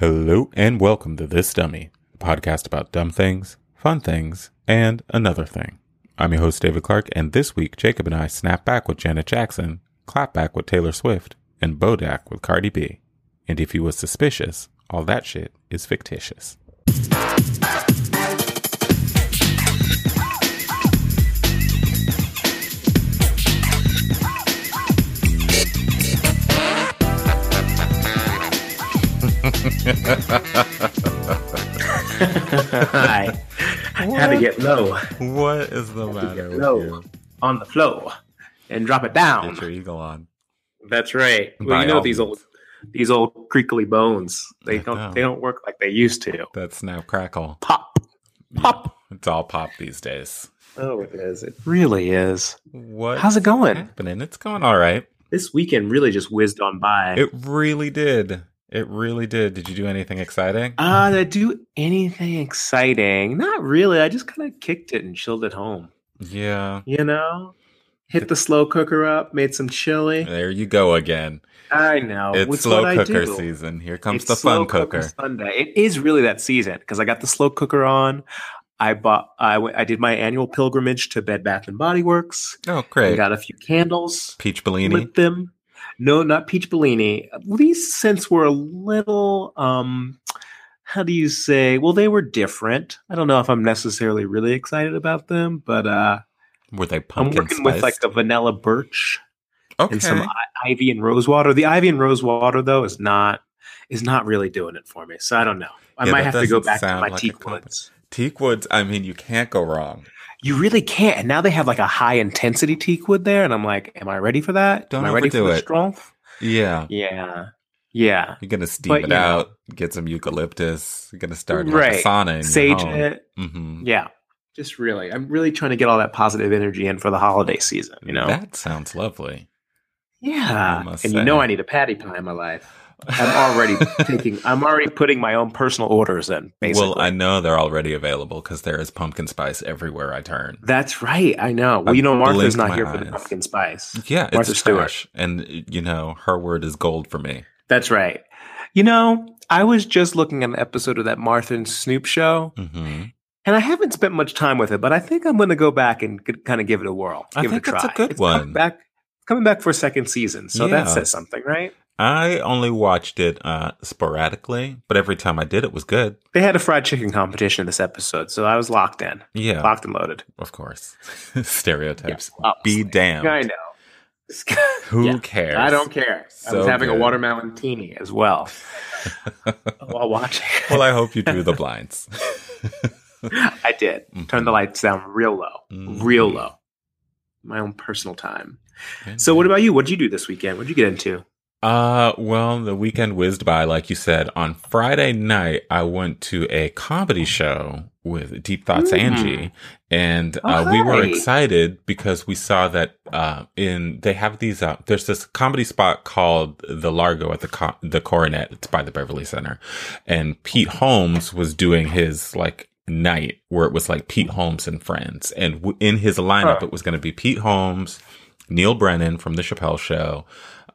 Hello and welcome to This Dummy, a podcast about dumb things, fun things, and another thing. I'm your host, David Clark, and this week Jacob and I snap back with Janet Jackson, clap back with Taylor Swift, and Bodak with Cardi B. And if you was suspicious, all that shit is fictitious. I had to get low What is the matter with low. you? on the flow and drop it down. Get your eagle on. That's right. Well, By you know all these means. old these old creakly bones. They I don't know. they don't work like they used to. That snap crackle. Pop, pop. It's all pop these days. Oh, it is. It really is. What? How's it going? happening? It's going all right. This weekend really just whizzed on by. It really did. It really did. Did you do anything exciting? Uh, did I do anything exciting? Not really. I just kind of kicked it and chilled at home. yeah. You know, hit the slow cooker up, made some chili. There you go again. I know. it's It's slow Oh, what I cooker do. season. Here comes It's the fun slow cooker. Sunday. It is really that season because I got the slow cooker on. I bought. I went. I did my annual pilgrimage to Bed Bath and Body Works. Oh, I great. got a few candles. Peach Bellini. Lit them. No, not peach Bellini. These scents were a little. um How do you say? Well, they were different. I don't know if I'm necessarily really excited about them, but uh Were they I'm pumpkin working with spice? like a vanilla birch okay. and some I- ivy and rose water. The ivy and rose water though is not is not really doing it for me. So I don't know. I Yeah, might that have to go doesn't back to sound my like a teak compliment. woods. Teak woods. I mean, you can't go wrong. You really can't. And now they have like a high intensity teak wood there, and I'm like, am I ready for that? Don't am I ready for overdo the it. strength? Yeah. Yeah, yeah. You're gonna steam But, it you know. out. Get some eucalyptus. You're gonna start like a Right. sauna. In Sage it. Mm-hmm. Yeah, just really. I'm really trying to get all that positive energy in for the holiday season. You know. That sounds lovely. I yeah, and must you know say. I need a patty pie in my life. I'm already taking. I'm already putting my own personal orders in. Basically. Well, I know they're already available because there is pumpkin spice everywhere I turn. That's right. I know. Well, I you know, Martha's blinked not my here for the eyes. pumpkin spice. Yeah, Martha it's Stewart. trash, and you know her word is gold for me. That's right. You know, I was just looking at an episode of that Martha and Snoop show, Mm-hmm. and I haven't spent much time with it, but I think I'm going to go back and kind of give it a whirl. I give think it a try. it's a good one. Coming back, coming back for a second season, so that Yeah. says something, right? I only watched it uh, sporadically, but every time I did, it was good. They had a fried chicken competition in this episode, so I was locked in, Yeah, locked and loaded. of course. Stereotypes. Be obviously. damned. I know. Who Yeah. cares? I don't care. I So was having good. a watermelon teeny as well while watching. Well, I hope you drew the blinds. I did. Turn the lights down real low, Mhm. real low. My own personal time. So, what about you? What'd you do this weekend? What'd you get into? Uh, well, the weekend whizzed by, like you said. On Friday night, I went to a comedy show with Deep Thoughts Mm. Angie, and uh, we were Okay. excited because we saw that uh, in they have these. Uh, there's this comedy spot called the Largo at the Co- the Coronet. It's by the Beverly Center, and Pete Holmes was doing his like night where it was like Pete Holmes and friends, and w- in his lineup, Huh. it was going to be Pete Holmes. Neil Brennan from the Chappelle Show,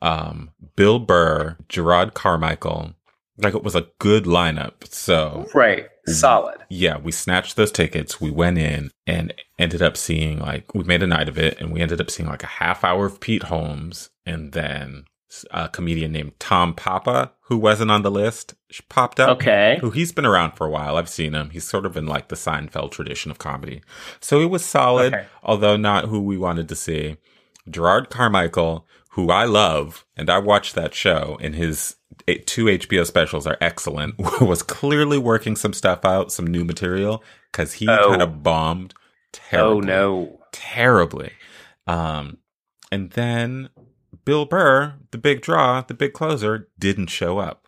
um, Bill Burr, Gerard Carmichael. Like it was a good lineup. So Right. Solid. yeah, we snatched those tickets. We went in and ended up seeing like we made a night of it, and we ended up seeing like a half hour of Pete Holmes, and then a comedian named Tom Papa, who wasn't on the list, sh- popped up. Okay. Who he's been around for a while. I've seen him. He's sort of in like the Seinfeld tradition of comedy. So it was solid, Okay. although not who we wanted to see. Gerard Carmichael, who I love, and I watched that show, and his eight- two HBO specials are excellent, was clearly working some stuff out, some new material, because he Oh. kind of bombed terribly. Oh, no. Terribly. Um, and then Bill Burr, the big draw, the big closer, didn't show up.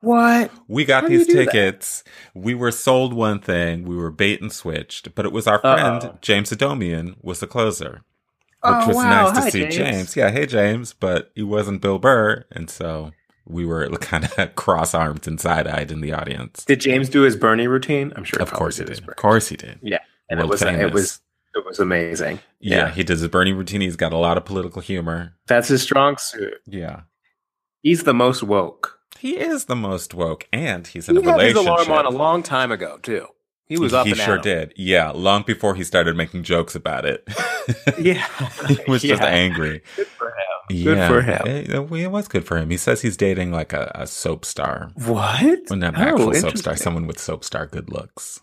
What? We got How do you these do that? tickets. We were sold one thing. We were bait and switched, but it was our friend Uh-oh. James Adomian was the closer, which Oh, was wow. nice to Hi, see James. James. Yeah, hey James, but he wasn't Bill Burr, and so we were kind of cross-armed and side-eyed in the audience. Did James do his Bernie routine? I'm sure. of probably course he his did. Of Bernie. course he did. And it World was, it famous. was it was amazing. Yeah, yeah. he did his Bernie routine. He's got a lot of political humor. That's his strong suit. Yeah. He's the most woke. He is the most woke, and he's in a he had his relationship. alarm on a long time ago too. He was up. He and sure at 'em. did. Yeah, long before he started making jokes about it. Yeah, he was just Yeah. angry. Good for him. Good for him. It, it was good for him. He says he's dating like a, a soap star. What? Well, not an Oh, actual soap star, interesting. someone with soap star good looks.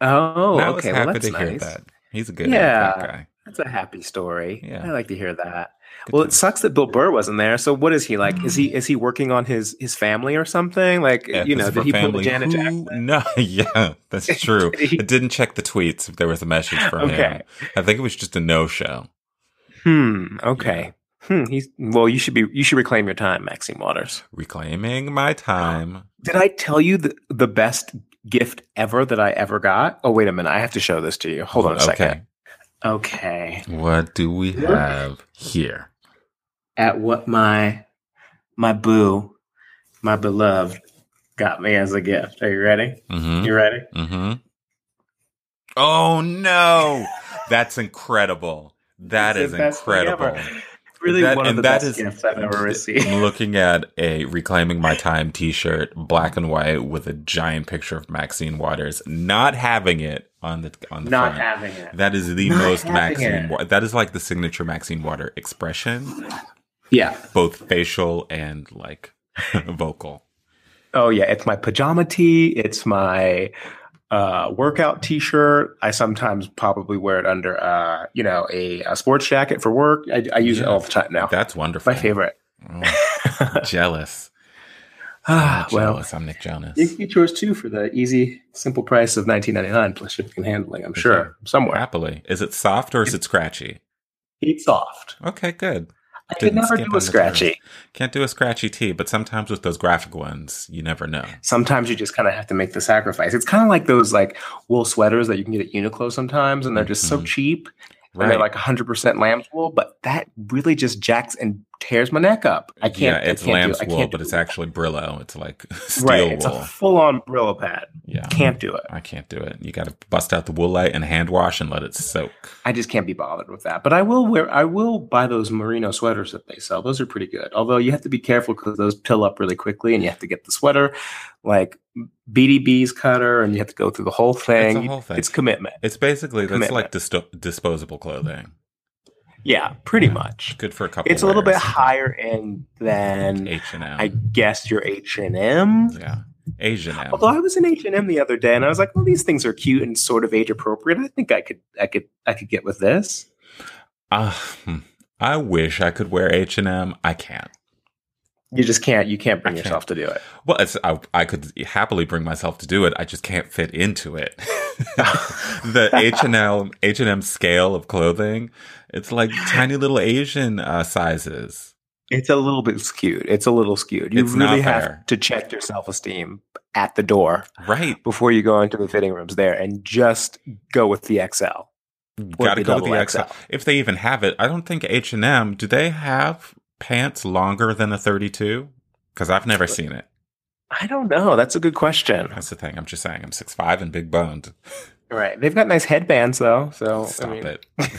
Oh, And I was okay. happy well, that's to hear nice. that. He's a good Yeah. that guy. That's a happy story. Yeah. I like to hear that. Good well, it times. sucks that Bill Burr wasn't there. So what is he like? Is he is he working on his his family or something? Like Yeah, you this is know, did for he pull family. the Janet Who- Jackson? No, yeah, that's true. Did he- I didn't check the tweets if there was a message from him. Okay. I think it was just a no show. Hmm. Okay. Hmm. He's well. You should be. You should reclaim your time, Maxine Waters. Reclaiming Oh, my time. Did I tell you the the best gift ever that I ever got? Oh wait a minute. I have to show this to you. Hold on a second. Okay. Okay. What do we have here? At what my my boo, my beloved, got me as a gift. Are you ready? Mm-hmm. You ready? Mm-hmm. Oh no. That's incredible. That It's is the best thing incredible. ever. Really, That- one of and the that best is- gifts I've ever received. I'm looking at a Reclaiming My Time t shirt, black and white, with a giant picture of Maxine Waters, not having it on the on the Not front. having it. That is the Not most having Maxine. it. Wa- that is like the signature Maxine Water expression, Yeah. both facial and like vocal. Oh yeah. It's my pajama tee. It's my uh, workout T-shirt. I sometimes probably wear it under, uh, you know, a, a sports jacket for work. I, I use it Yeah. all the time now. That's wonderful. my favorite. Oh, jealous. Ah, I'm well, jealous. I'm Nick Jonas. you can get yours too for the easy, simple price of nineteen ninety nine plus shipping and handling. I'm sure somewhere. Happily, is it soft or is it scratchy? It's soft. Okay, good. I could Didn't never skimp do on a the scratchy. Can't do a scratchy T, but sometimes with those graphic ones, you never know. sometimes you just kind of have to make the sacrifice. It's kind of like those like wool sweaters that you can get at Uniqlo sometimes, and they're just so Mhm. cheap, and they're like 100% lamb's wool. But that really just jacks and tears my neck up. I can't. Yeah, it's I can't lamb's do, I can't wool, do but it. it's actually Brillo. It's like steel right. It's wool. a full-on Brillo pad. yeah, Can't do it. I can't do it. You got to bust out the wool light and hand wash and let it soak. I just can't be bothered with that. But I will wear. I will buy those merino sweaters that they sell. Those are pretty good. Although you have to be careful because those pill up really quickly, and you have to get the sweater, like BDB's cutter, and you have to go through the whole thing. whole thing. It's commitment. It's basically that's Commitment. like disto- disposable clothing. Yeah, pretty Yeah. much. Good for a couple. It's a little bit wears. higher end than H and I M. guess your H and M. Yeah, Asian M. Although I was in H and M the other day, and I was like, "Well, these things are cute and sort of age appropriate. I think I could, I could, I could get with this." Ah, hmm. I wish I could wear H and M. I can't. You just can't. You can't bring I can't. yourself to do it. Well, it's, I, I could happily bring myself to do it. I just can't fit into it. the H and M H and M scale of clothing, it's like tiny little Asian uh, sizes. It's a little bit skewed. It's a little skewed. You It's not really have fair. to check your self esteem at the door Right, before you go into the fitting rooms there, and just go with the XL. Or got to the go with the double XL. XL. If they even have it, I don't think H and M. Do they have pants longer than a thirty-two? Because I've never seen it. I don't know. That's a good question. That's the thing. I'm just saying. I'm six five and big boned. All right, they've got nice headbands though. So I Stop mean- it.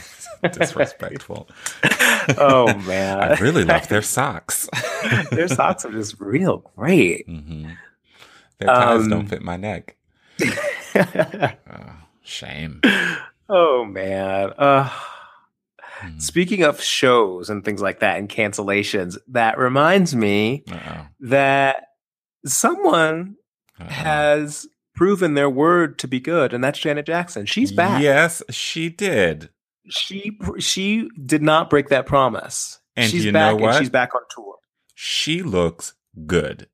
Disrespectful. oh man, I really love their socks. their socks are just real great. hmm Their ties Um, don't fit my neck. Oh, shame. oh man. Uh, Mm. speaking of shows and things like that and cancellations, that reminds me Uh-oh. that someone Uh-oh. has proven their word to be good, and that's Janet Jackson. She's back. Yes, she did. She she did not break that promise. And she's you know back what? and she's back on tour. She looks good.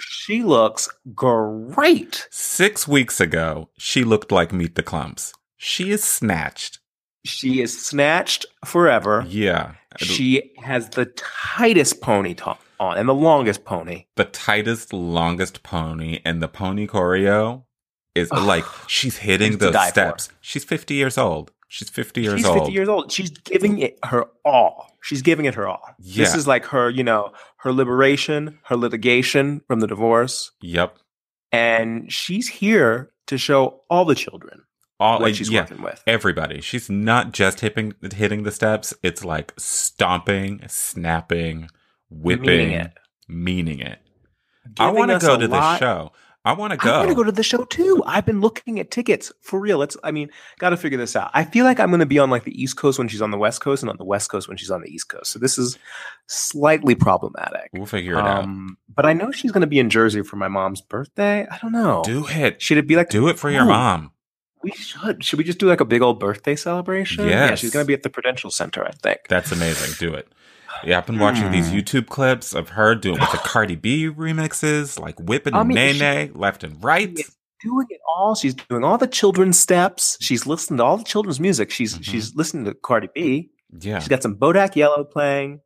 She looks great. Six weeks ago, she looked like Meet the Clumps. She is snatched. She is snatched forever. Yeah. She has the tightest pony to- on and the longest pony. the tightest, longest pony, and the pony choreo is like she's hitting Things to those die for. steps. She's 50 years old. She's 50 years She's old. 50 years old. She's giving it her all. She's giving it her all. This Yeah. is like her, you know, her liberation, her litigation from the divorce. Yep. And she's here to show all the children All what like, she's Oh, yeah, working with. everybody. She's not just hitting hitting the steps. It's like stomping, snapping, whipping, Meaning it. meaning it. I want to us go a to lot- this show. I want to I want go. to go to the show too. I've been looking at tickets for real. Let's. I mean, got to figure this out. I feel like I'm going to be on like the East Coast when she's on the West Coast, and on the West Coast when she's on the East Coast. So this is slightly problematic. We'll figure it Um, But I know she's going to be in Jersey for my mom's birthday. I don't know. out. Do it. Should it be like Do it for your Ooh. mom. we should? Should we just do like a big old birthday celebration? Yeah, Yes. she's going to be at the Prudential Center, I think. That's amazing. Do it. Yeah, I've been watching Hmm. these YouTube clips of her doing with the Cardi B remixes, like whipping I and mean, Nay she- Nay left and right. doing it all. She's doing all the children's steps. She's listening to all the children's music. She's Mhm. she's listening to Cardi B. Yeah. She's got some Bodak Yellow playing.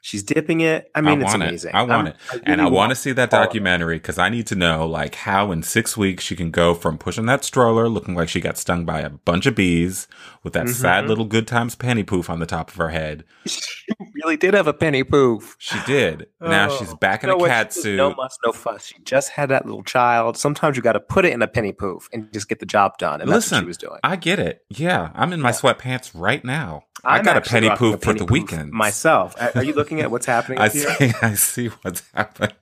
She's dipping it. I mean, it's want it. amazing. I want I'm- it. And I really want to see that all of it. documentary because I need to know like how in six weeks she can go from pushing that stroller, looking like she got stung by a bunch of bees, with that sad Mhm. little good times panty poof on the top of her head. She really did have a penny poof. She did. now Oh. she's back in No a way, cat she was suit. No muss, no fuss. She just had that little child. Sometimes you got to put it in a penny poof and just get the job done. And that's what Listen, she was doing. I get it. Yeah, I'm in my Yeah. sweatpants right now. I I'm got a actually penny rocking poof a for penny the poof weekend. Myself. Are are you looking at what's happening I here? see. I see what's happening.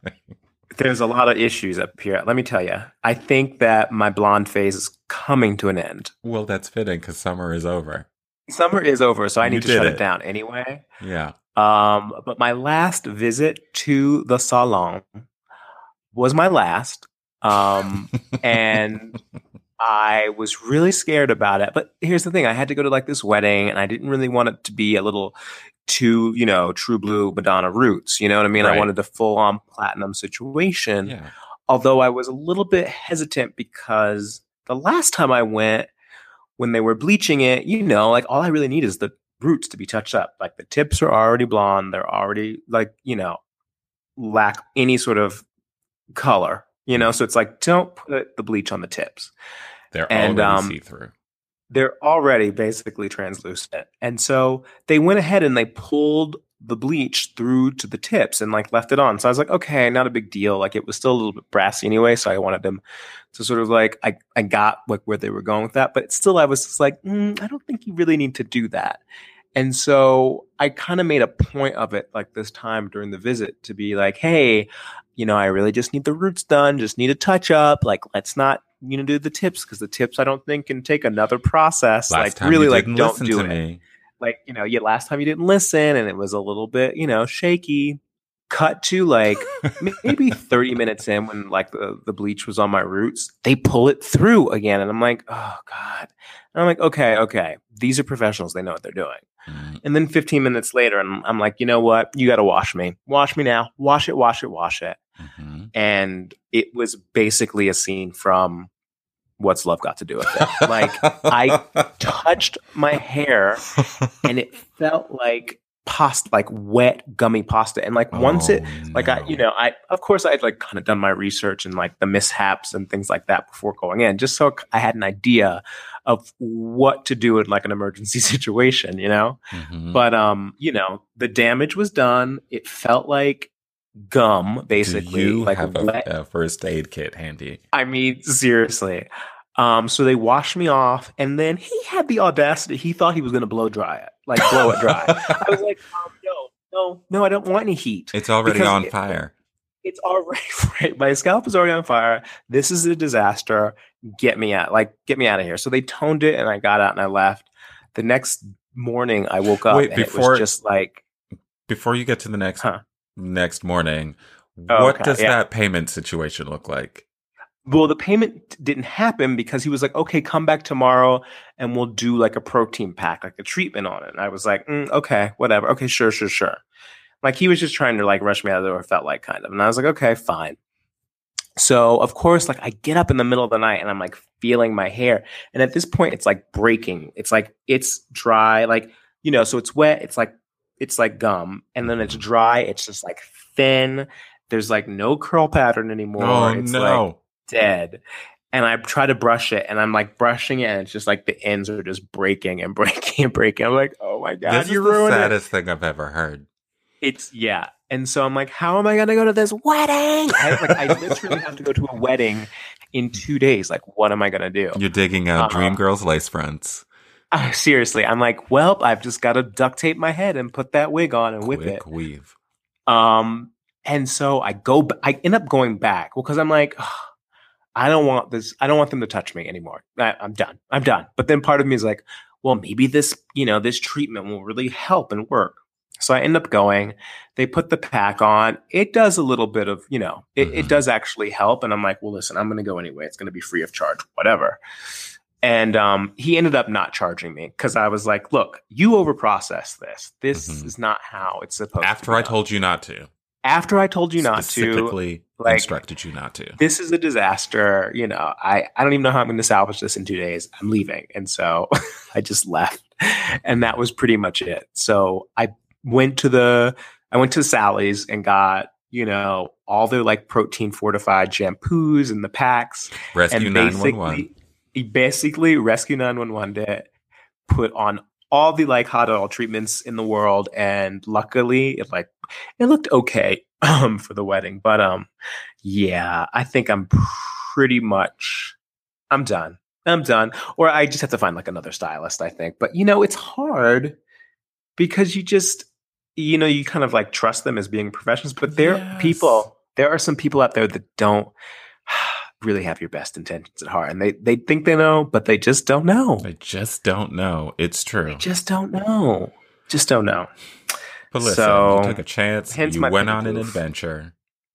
There's a lot of issues up here. Let me tell you. I think that my blonde phase is coming to an end. Well, that's fitting because summer is over. Summer is over, so I You need to did shut it. it down anyway. Yeah. Um, but my last visit to the salon was my last. Um, and I was really scared about it. But here's the thing I had to go to like this wedding, and I didn't really want it to be a little too, you know, true blue Madonna roots. You know what I mean? Right. I wanted the full on platinum situation. Yeah. Although I was a little bit hesitant because the last time I went, when they were bleaching it, you know, like all I really need is the roots to be touched up. Like the tips are already blonde, they're already like, you know, lack any sort of color, you know, so it's like don't put the bleach on the tips. They're And, already um, see through. They're already basically translucent. And so they went ahead and they pulled the bleach through to the tips and like left it on. So I was like, okay, not a big deal. Like it was still a little bit brassy anyway. So I wanted them to sort of like, I, I got like where they were going with that. But still, I was just like, mm, I don't think you really need to do that. And so I kind of made a point of it like this time during the visit to be like, hey, you know, I really just need the roots done, just need a touch up. Like, let's not, you know, do the tips because the tips I don't think can take another process. Last like, time really, you like, didn't don't listen do to it me. like you know yeah last time you didn't listen and it was a little bit you know shaky cut to like maybe 30 minutes in when like the, the bleach was on my roots they pull it through again and i'm like oh god and i'm like okay okay these are professionals they know what they're doing Mm, and then 15 minutes later and i'm like you know what you got to wash me wash me now wash it wash it wash it mhm. and it was basically a scene from what's love got to do with it like I touched my hair and it felt like pasta, like wet gummy pasta. And like once it, Oh, like I, you no. know, I of course I had like kind of done my research and like the mishaps and things like that before going in, just so I had an idea of what to do in like an emergency situation, you know. Mhm. But um, you know, the damage was done. It felt like gum, basically, do you like have wet a, a first aid kit handy? I mean, seriously. Um, so they washed me off, and then he had the audacity. He thought he was going to blow dry it, like blow it dry. I was like, um, no, no, no, I don't want any heat. It's already Because on it- fire. It's already right. My scalp is already on fire. This is a disaster. Get me out, like get me out of here. So they toned it, and I got out and I left. The next morning, I woke up Wait, and it before- was just like Before you get to the next Huh. next morning, Oh, what okay, does yeah. that payment situation look like? well the payment d- didn't happen because he was like okay come back tomorrow and we'll do like a protein pack like a treatment on it and i was like mm, okay whatever okay sure sure sure like he was just trying to like rush me out of the door it felt like kind of and i was like okay fine so of course like i get up in the middle of the night and i'm like feeling my hair and at this point it's like breaking it's like it's dry like you know so it's wet it's like it's like gum and then it's dry it's just like thin there's like no curl pattern anymore oh it's like no! dead. And I try to brush it, and I'm like brushing it, and it's just like the ends are just breaking and breaking and breaking. I'm like, oh my god, this you is the ruined it. saddest thing I've ever heard. It's yeah. And so I'm like, how am I gonna go to this wedding? I, like, I literally have to go to a wedding in two days. Like, what am I gonna do? You're digging out Uh-huh. Dream Girls lace fronts. Uh, seriously, I'm like, well, I've just got to duct tape my head and put that wig on and whip Quick it. weave. Um, And so I go, b- I end up going back. Well, because I'm like, "Ugh, I don't want this. I don't want them to touch me anymore. I, I'm done. I'm done. But then part of me is like, well, maybe this, you know, this treatment will really help and work. So I end up going. They put the pack on. It does a little bit of, you know, it, Mhm. it does actually help. And I'm like, well, listen, I'm going to go anyway. It's going to be free of charge, whatever. And um, he ended up not charging me because I was like, look, you overprocess this. This Mhm. is not how it's supposed to After be I done." told you not to, after I Oh, told you not to, specifically like- instructed you not to. this is a disaster. You know, I, I don't even know how I'm going to salvage this in two days. I'm leaving. And so I just left. And that was pretty much it. So I went to the, I went to Sally's and got, you know, all their like protein fortified shampoos and the packs. Rescue and nine one one. basically, basically Rescue 911 did put on all the like hot oil treatments in the world. And luckily it like, it looked okay um, for the wedding, but, um, yeah, I think I'm pretty much I'm done. I'm done. Or I just have to find like another stylist, I think. But you know, it's hard because you just you know, you kind of like trust them as being professionals, but there are Yes. people there are some people out there that don't really have your best intentions at heart and they they think they know, but they just don't know. I just don't know. It's true. Just don't know. Just don't know. but listen, so- you took a chance. hence You my went pink on an poof. adventure,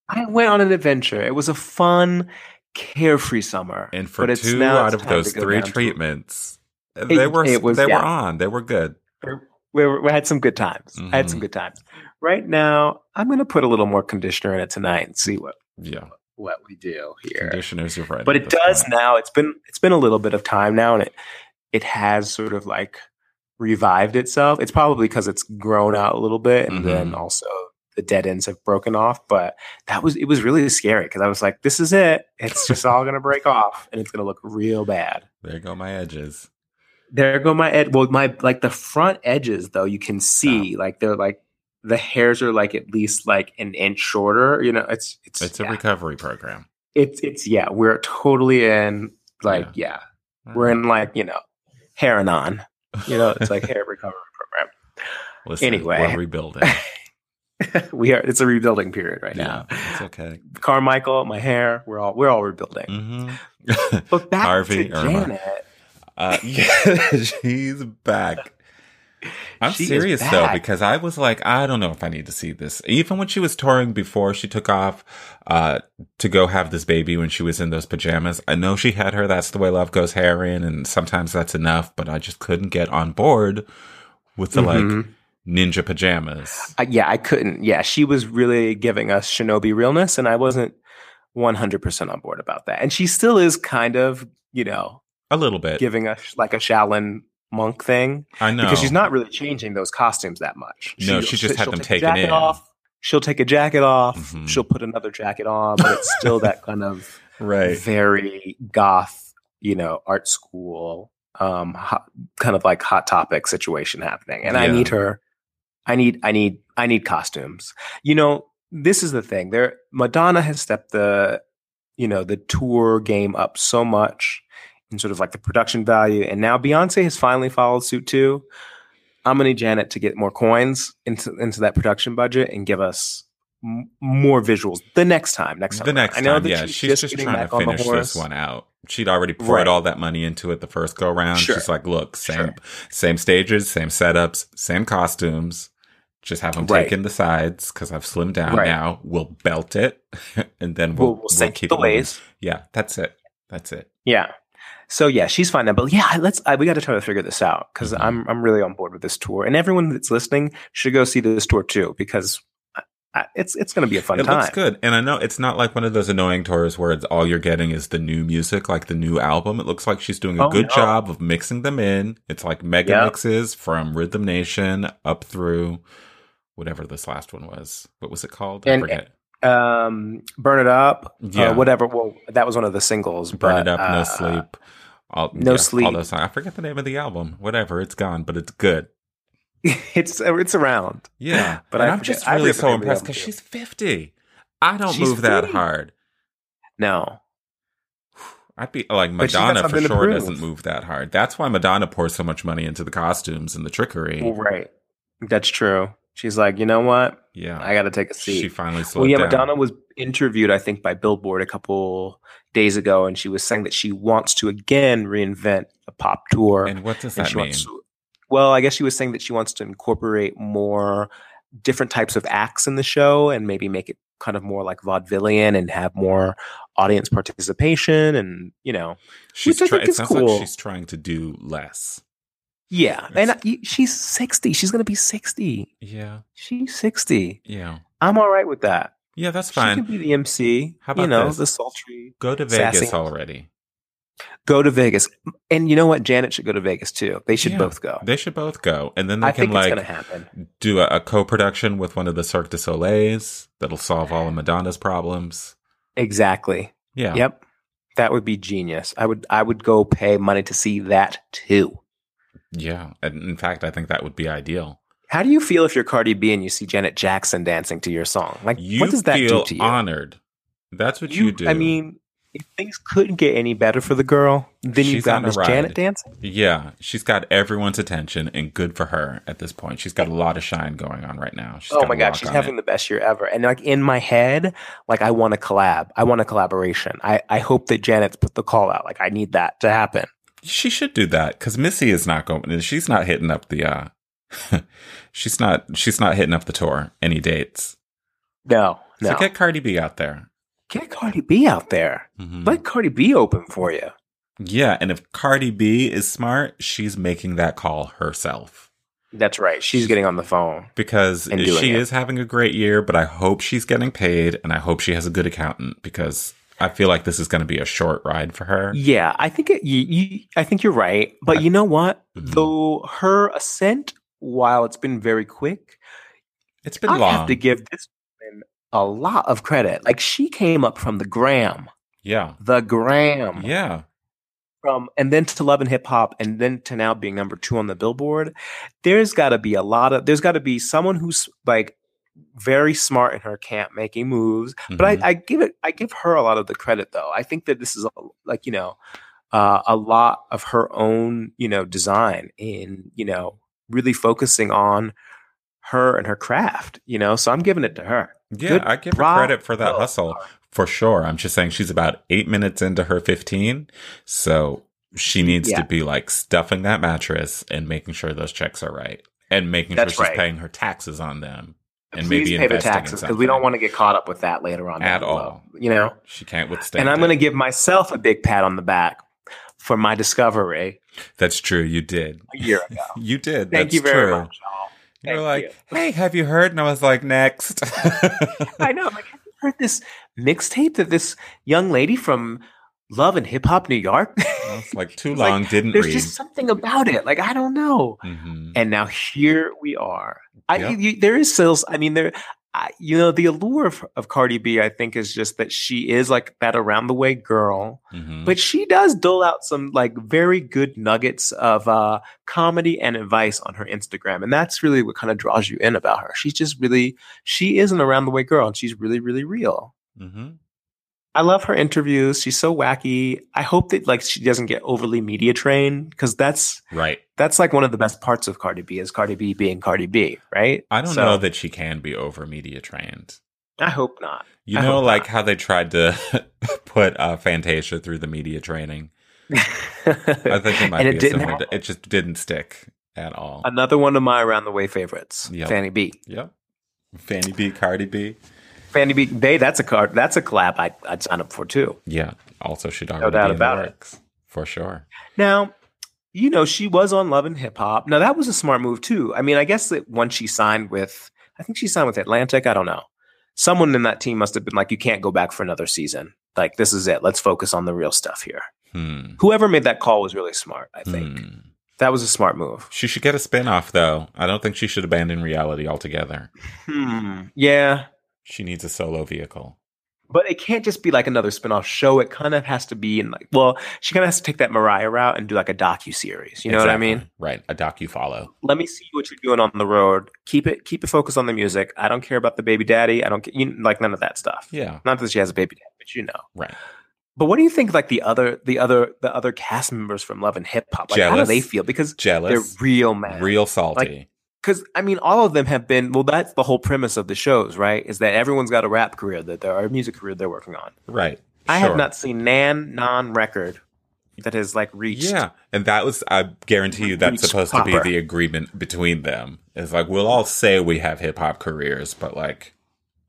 I went on an adventure. It was a fun, carefree summer. and for but it's two now out it's of time those to go three down to- treatments, It- they were it was- they were yeah. on. They were good. we, were- we had some good times. I had some Mhm. good times. Right now, I'm going to put a little more conditioner in it tonight and see what Yeah, what we do here. conditioners are right. But at it this does point. now. It's been it's been a little bit of time now, and it it has sort of like revived itself. It's probably because it's grown out a little bit, and then also the dead ends have broken off. But that was it was really scary because I was like, this is it. It's just all going to break off, and it's going to look real bad. There go my edges. There go my ed. Well, my like the front edges though, you can see like they're like the hairs are like at least like an inch shorter. You know, it's it's It's a yeah. recovery program. it's it's yeah. We're totally in like yeah. We're in like you know hair and on. You know, it's like hair recovery Listen, Anyway. we're rebuilding. program. we are. It's a rebuilding period right yeah, now. it's okay. Carmichael, my hair. We're all we're all rebuilding. hmm But back Harvey, to Irma. Janet. Uh, yeah, she's back. I'm She is serious though back. because I was like, I don't know if I need to see this. Even when she was touring before she took off uh, to go have this baby, when she was in those pajamas, I know she had her "That's the Way Love Goes" hair in, and sometimes that's enough. But I just couldn't get on board with the like Mhm. ninja pajamas. I, yeah, I couldn't. Yeah, she was really giving us shinobi realness, and I wasn't 100% on board about that. And she still is kind of, you know, A little bit. giving us like a Shaolin monk thing I know because she's not really changing those costumes that much. No, She'll- she just had she'll them take a taken jacket in. Off. She'll take a jacket off. Mhm. She'll put another jacket on, but it's still that kind of right. very goth, you know, art school, um, hot, kind of like hot topic situation happening. And I Yeah. need her. I need, I need, I need costumes. You know, this is the thing. There, Madonna has stepped the, you know, the tour game up so much in sort of like the production value, and now Beyonce has finally followed suit too. I'm gonna need Janet to get more coins into into that production budget and give us. m- More visuals the next time. Next time, The around. next I know time, that yeah, she's just, getting trying back to on the finish horse. this one out. She'd already poured Right. all that money into it the first go round. Sure. She's like, look, same Sure. same stages, same setups, same costumes. Just have them Right. taken the sides because I've slimmed down Right. now. We'll belt it, and then we'll we'll, we'll, we'll, sync keep the it moving. ways. Yeah, that's it. That's it. Yeah. So yeah, she's fine now. But yeah, I- let's I, we got to try to figure this out because Mhm. I'm I'm really on board with this tour, and everyone that's listening should go see this tour too because I, I, it's it's going to be a fun it time. looks good, and I know it's not like one of those annoying tours where it's all you're getting is the new music, like the new album. It looks like she's doing a Oh, good no. job of mixing them in. It's like mega Yeah. mixes from Rhythm Nation up through whatever this last one was. What was it called? I And- forget. Um, burn it up. Yeah. Uh, whatever. Well, that was one of the singles. Burn but, it up, no uh, sleep. All, No All Sleep. those songs. I forget the name of the album. Whatever, it's gone, but it's good. It's it's around. Yeah, But and I I'm forget- just I really forget the so name of the impressed album, because too. she's 50. I don't She's move that 50. hard. No. I'd be like But she's got Madonna for something to sure prove. doesn't move that hard. That's why Madonna pours so much money into the costumes and the trickery. Well, right. That's true. She's like, you know what? Yeah. I got to take a seat. she finally slowed Well, yeah, down. Madonna was interviewed, I think, by Billboard a couple days ago, and she was saying that she wants to again reinvent a pop tour. And what does and that she mean? wants to- well, I guess she was saying that she wants to incorporate more different types of acts in the show and maybe make it kind of more like vaudevillian and have more audience participation and you know She's which I try- think it is sounds cool. like she's trying to do less. yeah and I, she's 60 she's gonna be 60 Yeah. she's 60 Yeah. i'm all right with that Yeah, that's she fine. could be the mc How about you know this? the sultry Go to Sassy. Vegas already. go to Vegas. And you know what? Janet should go to Vegas too. They should Yeah. both go. They should both go. And then they I can think it's like going to happen. do a, a co-production with one of the Cirque du Soleil's that'll solve all of Madonna's problems. Exactly. Yeah. Yep. That would be genius. I would I would go pay money to see that too. Yeah. And in fact, I think that would be ideal. How do you feel if you're Cardi B and you see Janet Jackson dancing to your song? Like You what does that feel do to you? honored. That's what you, do. I mean, if things couldn't get any better for the girl, then She's you've got on a Miss ride. Janet dancing. yeah, she's got everyone's attention and good for her at this point. She's got a lot of shine going on right now. She's oh got my a god, lock she's on having the best year ever. And like in my head, like I want a collab. I want a collaboration. I, I hope that Janet's put the call out. Like I need that to happen. She should do that because Missy is not going. She's not hitting up the. uh She's not. She's not hitting up the tour. Any dates? No, no. So get Cardi B out there. get Cardi B out there. Mhm. Let Cardi B open for you. yeah, and if Cardi B is smart, she's making that call herself That's right. She's getting on the phone. because And doing she it. is having a great year. But I hope she's getting paid, and I hope she has a good accountant because I feel like this is going to be a short ride for her. Yeah, I think it, you, you. I think you're right. But you know what? Mhm. Though her ascent, while it's been very quick, It's been I long. have to give this woman a lot of credit. Like she came up from the gram, yeah, the gram, yeah. from and then to love and hip hop, and then to now being number two on the Billboard. There's got to be a lot of. There's got to be someone who's like very smart in her camp, making moves. Mm-hmm. But I, I give it, I give her a lot of the credit though. I think that this is a, like you know, uh, a lot of her own you know design in you know really focusing on her and her craft. You know, so I'm giving it to her. Yeah, Good I give her prop- credit for that Oh, hustle for sure. I'm just saying she's about eight minutes into her 15. So she needs Yeah. to be like stuffing that mattress and making sure those checks are right and making That's sure she's right. paying her taxes on them and Please maybe pay the investing in taxes because we don't something. want to get caught up with that later on At down the road, all. You know, She can't withstand. and I'm it. going to give myself a big pat on the back for my discovery That's true. You did. a year ago. You did. Thank That's you very true. much. Y'all. You were Thank like, you. "Hey, have you heard?" And I was like, "Next." I know. I'm like, have you heard this mixtape that this young lady from Love and Hip Hop New York? I was like, "Too It's like, long." didn't There's read. just something about it. Like I don't know. Mhm. And now here we are. I Yep. you, there is sales. I mean there. I, you know the allure of, of Cardi B, I think, is just that she is like that around the way girl, Mhm. but she does dole out some like very good nuggets of uh, comedy and advice on her Instagram, and that's really what kind of draws you in about her. She's just really, she is an around the way girl, and she's really, really real. Mhm. I love her interviews. She's so wacky. I hope that like she doesn't get overly media trained because that's Right. that's like one of the best parts of Cardi B is Cardi B being Cardi B, right? I don't So, know that she can be over media trained. I hope not. You I know, hope like not. how they tried to put uh, Fantasia through the media training. I think it might and be it didn't. similar. happen. It just didn't stick at all. Another one of my around the way favorites, Yep. Fanny B. yep. Fanny B, Cardi B. Fanny B. Bay. That's a card. That's a collab I, I'd sign up for too. Yeah. Also, should already doubt be in about the it. works for sure. Now, you know, she was on Love and Hip Hop. Now that was a smart move too. I mean, I guess that once she signed with, I think she signed with Atlantic. I don't know. Someone in that team must have been like, "You can't go back for another season. Like this is it. Let's focus on the real stuff here." Hmm. Whoever made that call was really smart. I think Hmm. that was a smart move. She should get a spin off, though. I don't think she should abandon reality altogether. Hmm. Yeah, She needs a solo vehicle. but it can't just be like another spin-off show. It kind of has to be in like, well, she kind of has to take that Mariah route and do like a docu series. You know what I mean? Exactly. Right. A doc you follow. let me see what you're doing on the road. Keep it keep it focused on the music. I don't care about the baby daddy. I don't ca- you, like none of that stuff. Yeah. Not that she has a baby daddy, but you know. Right. But what do you think like the other the other the other cast members from Love and Hip Hop? Like how do Jealous. they feel? Because Jealous. they're real men. Real salty. because I mean, all of them have been. Well, that's the whole premise of the shows, right? Is that everyone's got a rap career that they're or a music career they're working on. Right. I have Sure. not seen Nan non record that has like reached. Yeah, and that was I guarantee you that's Reached supposed to proper. be the agreement between them. It's like we'll all say we have hip hop careers, but like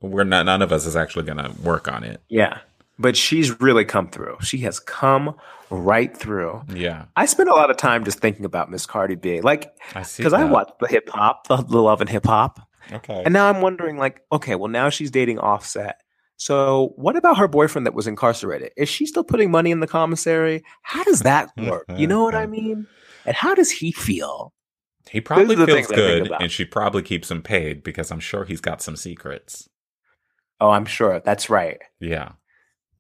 we're not. None of us is actually going to work on it. Yeah. But she's really come through. She has come right through. Yeah, I spent a lot of time just thinking about Miss Cardi B, like I see. because I that. watched the hip hop, the, the love and hip hop, Okay. and now I'm wondering, like, okay, well now she's dating Offset. So what about her boyfriend that was incarcerated? Is she still putting money in the commissary? How does that work? You know what I mean? And how does he feel? he probably these are the feels things I think good, about. and she probably keeps him paid because I'm sure he's got some secrets. Oh, I'm sure that's right. Yeah,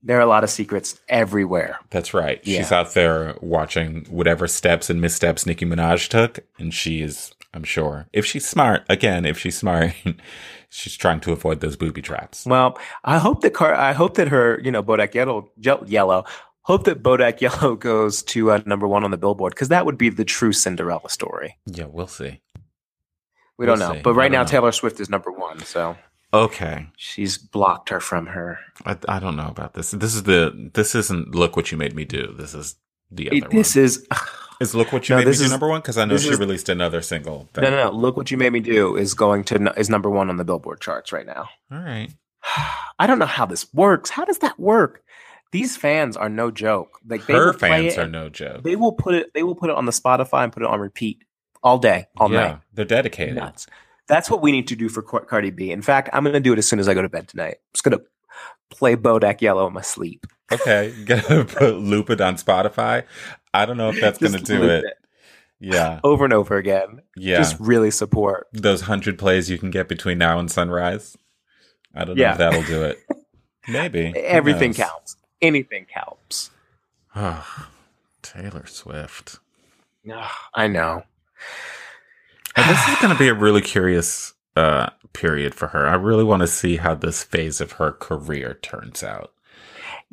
There are a lot of secrets everywhere. that's right. She's Yeah. out there watching whatever steps and missteps Nicki Minaj took, and she is. I'm sure if she's smart, again, if she's smart, she's trying to avoid those booby traps. Well, I hope that car. I hope that her, you know, Bodak Yellow, Je- Yellow. Hope that Bodak Yellow goes to uh, number one on the Billboard because that would be the true Cinderella story. Yeah, we'll see. We We'll don't know, see. I but right don't now know. Taylor Swift is number one, so Okay. she's blocked her from her. I, I don't know about this. This is the this isn't look what you made me do. This is the other It- this one. is Is look what you No, made me this do is- number one because I know this she is- released another single. that- no, no, no. Look what you made me do is going to nu- is number one on the Billboard charts right now. All right. I don't know how this works. How does that work? These fans are no joke. Like they Her will play fans it are and no joke. They will put it. They will put it on the Spotify and put it on repeat all day, all yeah, night. they're dedicated. nuts. That's what we need to do for Car- Cardi B. In fact, I'm going to do it as soon as I go to bed tonight. I'm just going to play Bodak Yellow in my sleep. Okay, gonna put loop it on Spotify. I don't know if that's gonna Just do loop it. Yeah, over and over again. yeah. Just really support. Those hundred plays you can get between now and sunrise. I don't know Yeah. if that'll do it. Maybe Who Everything knows? counts. Anything counts. Taylor Swift. Ugh, I know. Now, this is going to be a really curious uh, period for her. I really want to see how this phase of her career turns out.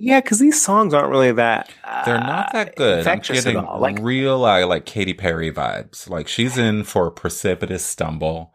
Yeah, because these songs aren't really that. They're uh, not that good. I'm infectious at getting all. Like- real uh, like Katy Perry vibes. Like she's in for a precipitous stumble.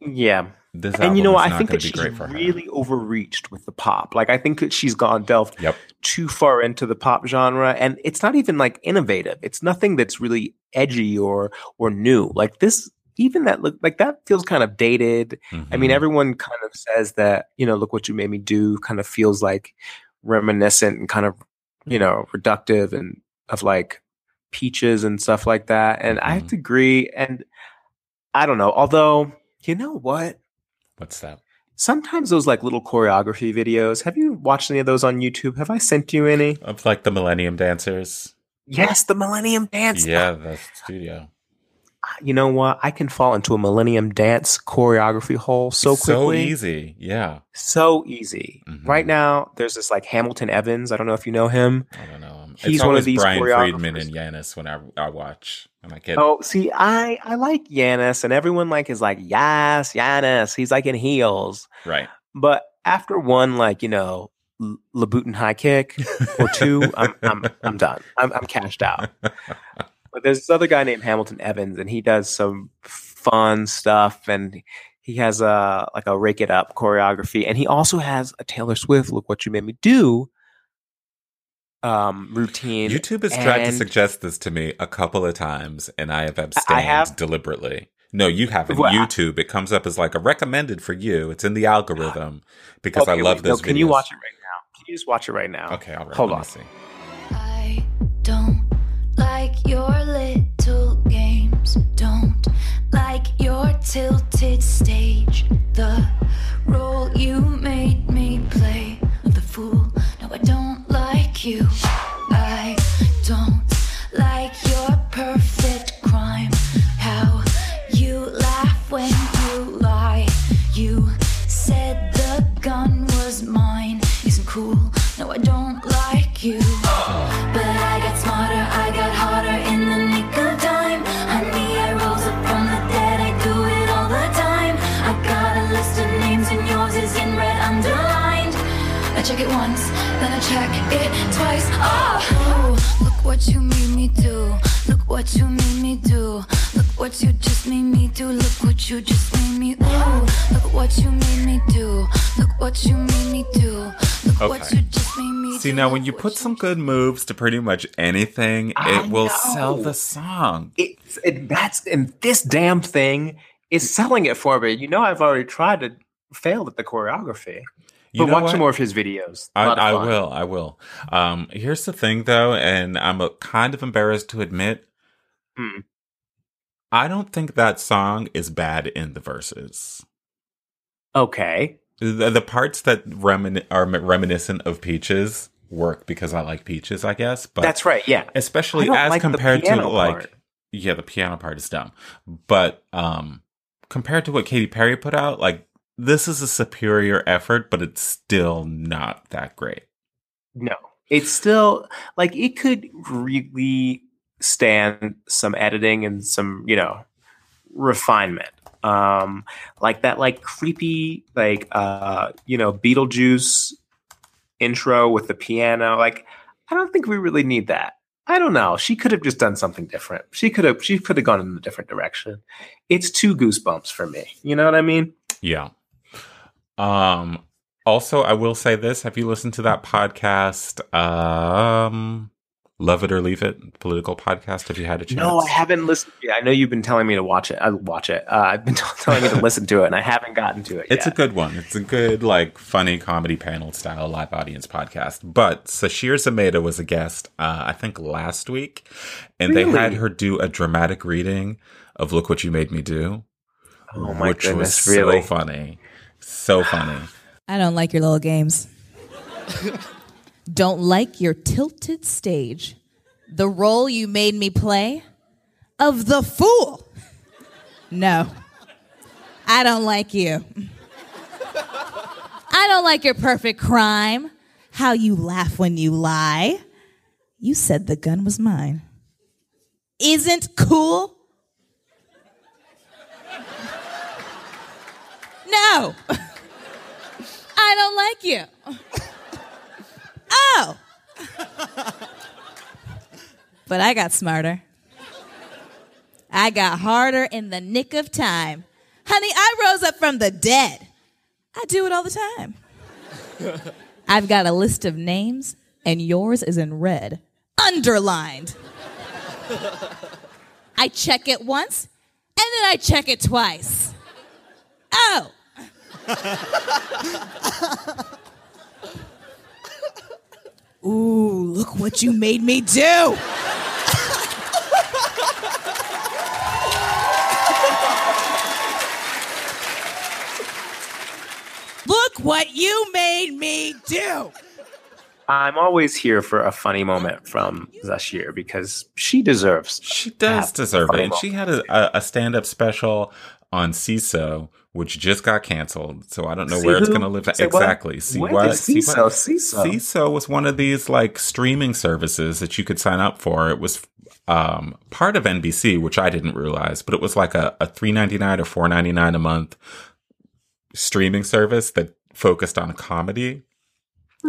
Yeah, This and you know, album is I not think gonna that be she's great for her. really overreached with the pop. Like, I think that she's gone delved Yep. too far into the pop genre and it's not even like innovative it's nothing that's really edgy or or new like this even that look like that feels kind of dated i mean Mhm. everyone kind of says that you know look what you made me do kind of feels like reminiscent and kind of Mm-hmm. you know reductive and of like peaches and stuff like that and i have Mhm. to agree and i don't know although you know what what's that? sometimes those like little choreography videos have you watched any of those on youtube have i sent you any Of like the Millennium Dancers. Yes, the Millennium Dance. yeah, that's the studio. You know what? I can fall into a Millennium Dance choreography hole so so quickly. easy. Yeah. So easy. Mhm. Right now, there's this like Hamilton Evans. I don't know if you know him. I don't know. Um, He's it's one of always these Brian Friedman choreographers. and Yanis when I, I watch and I get Oh, see, I I like Yanis, and everyone like is like, yes, Yanis. He's like in heels. right. But after one, like, you know, L- Labutin high kick or two, I'm, I'm, I'm done. I'm, I'm cashed out. But there's this other guy named Hamilton Evans, and he does some fun stuff, and he has a like a rake it up choreography, and he also has a Taylor Swift "Look What You Made Me Do" um, routine. YouTube has tried to and- suggest this to me a couple of times, and I have abstained have- deliberately. No, you haven't. Well, I- YouTube, it comes up as like a recommended for you. It's in the algorithm because I Okay, love wait, those. no, Can you videos. watch it right now? Can you just watch it right now? Okay, all right. Hold let me on. see. I don't like your little games. Don't like your tilted stage. The role you made me play of the fool. No, I don't like you. I don't like your perfect crime. How you laugh when you lie. You said the gun was mine. Isn't cool. No, I don't like you. But I got smarter, I got harder in the nick of time. Honey, I rose up from the dead, I do it all the time. I got a list of names and yours is in red underlined. I check it once, then I check it twice. Oh, Ooh, look what you made me do. Look what you made me do. Look what you just made me do. Look what you just made me ooh. Look what you made me do. Look what you made me do. Look what Okay. you just made me See, do. now Look when you what put some good moves to pretty much anything, I it will know. sell the song. It's and that's and this damn thing is selling it for me. You know, I've already tried to fail at the choreography. You but know watch what? some more of his videos. A I, lot of I fun. will. I will. Um, here's the thing, though, and I'm uh kind of embarrassed to admit, Hmm. I don't think that song is bad in the verses. Okay. The, the parts that remin- are reminiscent of Peaches work because I like Peaches, I guess. But That's right. Yeah. I especially don't as like the compared to piano like part. yeah the piano part is dumb but um compared to what Katy Perry put out like this is a superior effort but it's still not that great No. It's still like it could really stand some editing and some, you know, refinement. Um like that like creepy like uh you know Beetlejuice intro with the piano like I don't think we really need that. I don't know. She could have just done something different. She could have she could have gone in a different direction. It's too goosebumps for me. You know what I mean? yeah um also I will say this have you listened to that podcast um Love It or Leave It political podcast have you had a chance No, I haven't listened. Yeah, I know you've been telling me to watch it. I watch it. Uh, I've been telling me to listen to it, and I haven't gotten to it. It's yet. a good one. It's a good, like, funny comedy panel style live audience podcast. But Sashir Zameda was a guest, uh, I think, last week, and they Really? had her do a dramatic reading of "Look What You Made Me Do," oh my which goodness, was really? so funny, so funny. I don't like your little games. don't like your tilted stage. The role you made me play of the fool. No. I don't like you. I don't like your perfect crime. How you laugh when you lie. You said the gun was mine. Isn't cool? No. I don't like you. oh. but I got smarter. I got harder in the nick of time. Honey, I rose up from the dead. I do it all the time. I've got a list of names, and yours is in red, underlined. I check it once, and then I check it twice. Oh. Ooh, look what you made me do. look what you made me do. I'm always here for a funny moment from Zashir because she deserves. She does Yeah, deserve it, funny and she had a, a, a stand up special on CISO, which just got canceled. So I don't know See where it's who? going to live. Say what? Exactly. See Where what? did See what? CISO? CISO. CISO was one of these like streaming services that you could sign up for. It was um, part of NBC, which I didn't realize, but it was like a, a three ninety nine or four ninety nine a month streaming service that focused on comedy.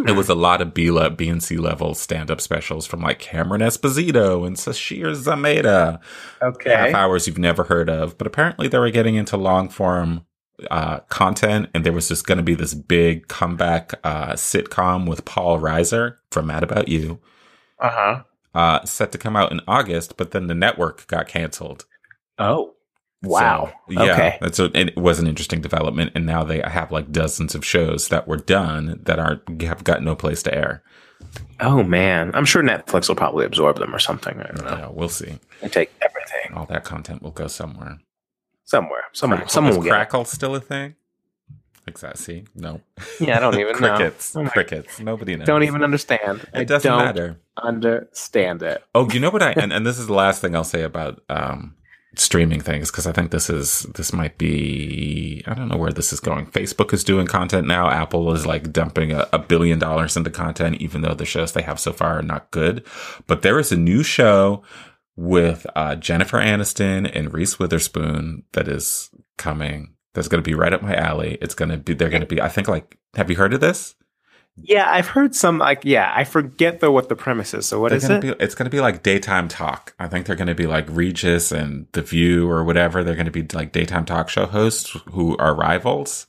It was a lot of B le- B and C level stand up specials from like Cameron Esposito and Sashir Zameda, half Okay. hours you've never heard of. But apparently they were getting into long form uh, content, and there was just going to be this big comeback uh, sitcom with Paul Reiser from Mad About You, Uh huh. uh, set to come out in August. But then the network got canceled. Oh. Wow. So, yeah, Okay. that's a, and it was an interesting development, and now they have like dozens of shows that were done that are have got no place to air. Oh man, I'm sure Netflix will probably absorb them or something. I don't know. Yeah, we'll see. They take everything All that content will go somewhere. somewhere. Someone. Crackle- someone is will get. it. crackle still a thing? Exactly. No. Yeah, I don't even know. crickets. Oh my- crickets. Nobody knows. Don't even understand. It I doesn't don't matter. understand it. Oh, you know what I and, and this is the last thing I'll say about um streaming things because I think this is this might be I don't know where this is going. Facebook is doing content now. Apple is like dumping a, a billion dollars into content, even though the shows they have so far are not good. But there is a new show with uh, Jennifer Aniston and Reese Witherspoon that is coming. That's going to be right up my alley. It's going to be they're going to be I think like have you heard of this? Yeah, I've heard some like yeah, I forget though what the premise is. So what They're is gonna it? Be, it's going to be like daytime talk. I think they're going to be like Regis and The View or whatever. They're going to be like daytime talk show hosts who are rivals.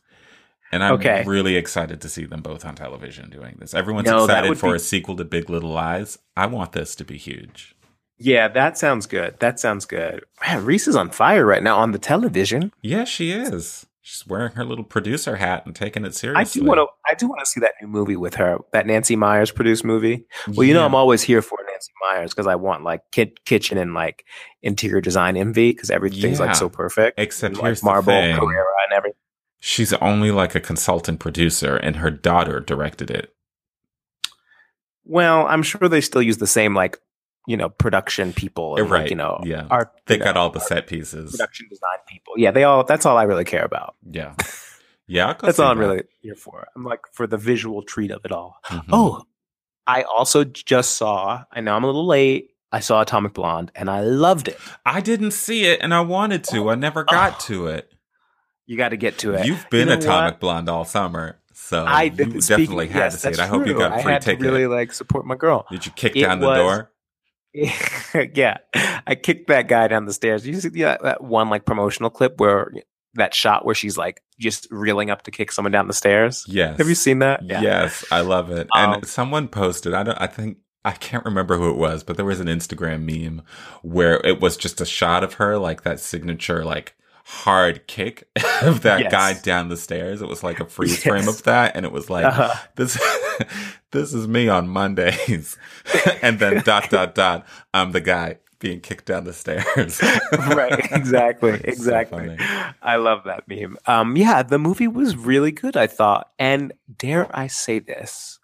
And I'm Okay. really excited to see them both on television doing this. Everyone's No, that excited would for be- a sequel to Big Little Lies. I want this to be huge. yeah, that sounds good. That sounds good. Man, Reese is on fire right now on the television. Yeah, she is. She's wearing her little producer hat and taking it I seriously. do want to. I do want to see that new movie with her, that Nancy Myers produced movie. Well, you know, Yeah. I'm always here for Nancy Myers because I want like kit, kitchen and like interior design envy because everything's Yeah. like so perfect. Except And, here's like the marble, thing. Carrera, and everything. She's only like a consultant producer, and her daughter directed it. Well, I'm sure they still use the same like you know production people, and, like, Right, you know, yeah. art. They you got know, all the art set pieces. production design people. Yeah, they all. That's all I really care about. Yeah. Yeah. I'll go That's see all I'm that. really here for. I'm like for the visual treat of it all. Mhm. Oh, I also just saw. I know I'm a little late. I saw Atomic Blonde and I loved it. I didn't see it and I wanted to. I never got Oh. to it. You got to get to it. You've been know Atomic what? Blonde all summer, so I uh, you did- speaking- definitely had yes, to see it. that's I hope you true. got a I free had ticket. To really like support my girl. Did you kick It down the was- door? yeah, I kicked that guy down the stairs. You see that, that one like promotional clip where that shot where she's like just reeling up to kick someone down the stairs. Yes. Have you seen that? Yes, I love it. Um, and someone posted, I don't I think I can't remember who it was, but there was an Instagram meme where it was just a shot of her like that signature like hard kick of that Yes. guy down the stairs. It was like a freeze Yes. frame of that and it was like Uh-huh. this this is me on Mondays. and then dot dot dot, I'm the guy being kicked down the stairs. right exactly It's so exactly funny. i love that meme um yeah the movie was really good i thought and dare i say this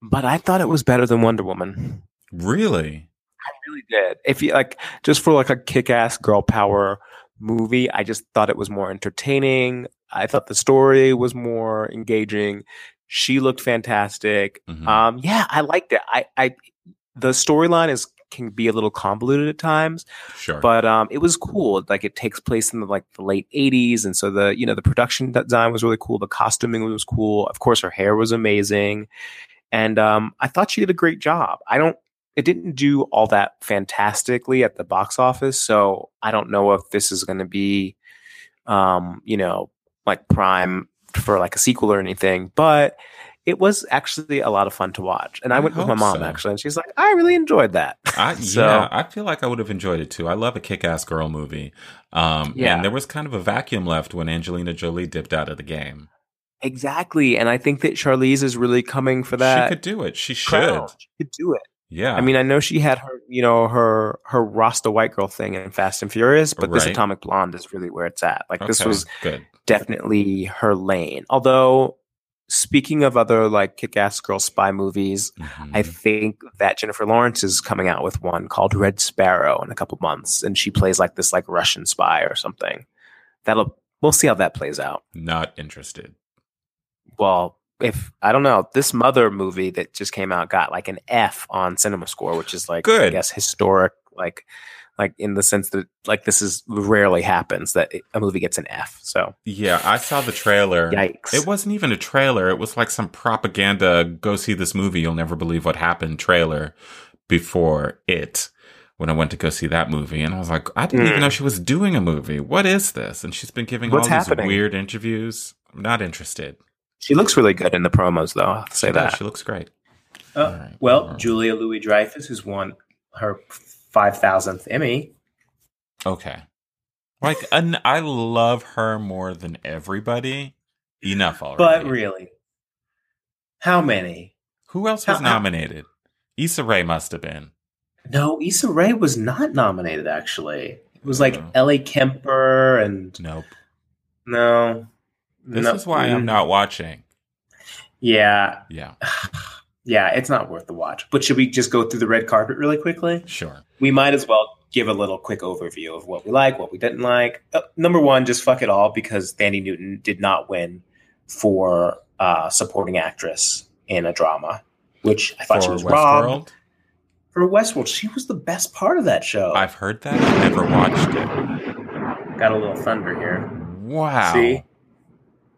but i thought it was better than wonder woman really? i really did if you like just for like a kick-ass girl power movie i just thought it was more entertaining i thought the story was more engaging she looked fantastic Mhm. um, yeah, I liked it. I, I the storyline is can be a little convoluted at times, sure. but um, it was cool. Like it takes place in the like the late '80s, and so the you know the production design was really cool. The costuming was cool. Of course, her hair was amazing, and um, I thought she did a great job. I don't. It didn't do all that fantastically at the box office, so I don't know if this is going to be, um, you know, like prime for like a sequel or anything. But it was actually a lot of fun to watch, and I, I went with my hope mom so. actually, and she's like, "I really enjoyed that." I, So- yeah, I feel like I would have enjoyed it too. I love a kick-ass girl movie. Um, Yeah. and there was kind of a vacuum left when Angelina Jolie dipped out of the game. Exactly, and I think that Charlize is really coming for that. she could do it. She should. crown. She could do it. Yeah, I mean, I know she had her, you know, her her Rasta white girl thing in Fast and Furious, but this Right. Atomic Blonde is really where it's at. Like this Okay, was good. definitely her lane. Although, speaking of other like kick-ass girl spy movies, Mhm. I think that Jennifer Lawrence is coming out with one called Red Sparrow in a couple months, and she plays like this like Russian spy or something. That'll we'll see how that plays out. Not interested. well if i don't know this mother movie that just came out got like an f on cinema score which is like i Good. guess historic like like in the sense that like this is rarely happens that it- a movie gets an f so Yeah, I saw the trailer. yikes It wasn't even a trailer. It was like some propaganda. Go see this movie. You'll never believe what happened. Trailer before it. When I went to go see that movie, and I was like, I didn't Mm. even know she was doing a movie. What is this? And she's been giving What's all these happening? weird interviews. I'm not interested. she looks really good in the promos though i'll have to say She does. that She looks great. Uh, Alright, well alright. julia louis dreyfus who's won her 5000th emmy Okay. Like, an, I love her more than everybody. Enough already. but really how many Who else was How- how- nominated? Issa Rae must have been. no Issa Rae was not nominated actually it was like No. ellie kemper and Nope. No. This No. is why I'm Mm. not watching. Yeah. Yeah, Yeah, it's not worth the watch. But should we just go through the red carpet really quickly? sure. We might as well give a little quick overview of what we like, what we didn't like. Uh, number one, just fuck it all because Danny Newton did not win for uh, supporting actress in a drama, which I thought she was wrong. For Westworld, she was the best part of that show. I've heard that. I've never watched it. Got a little thunder here. Wow. See?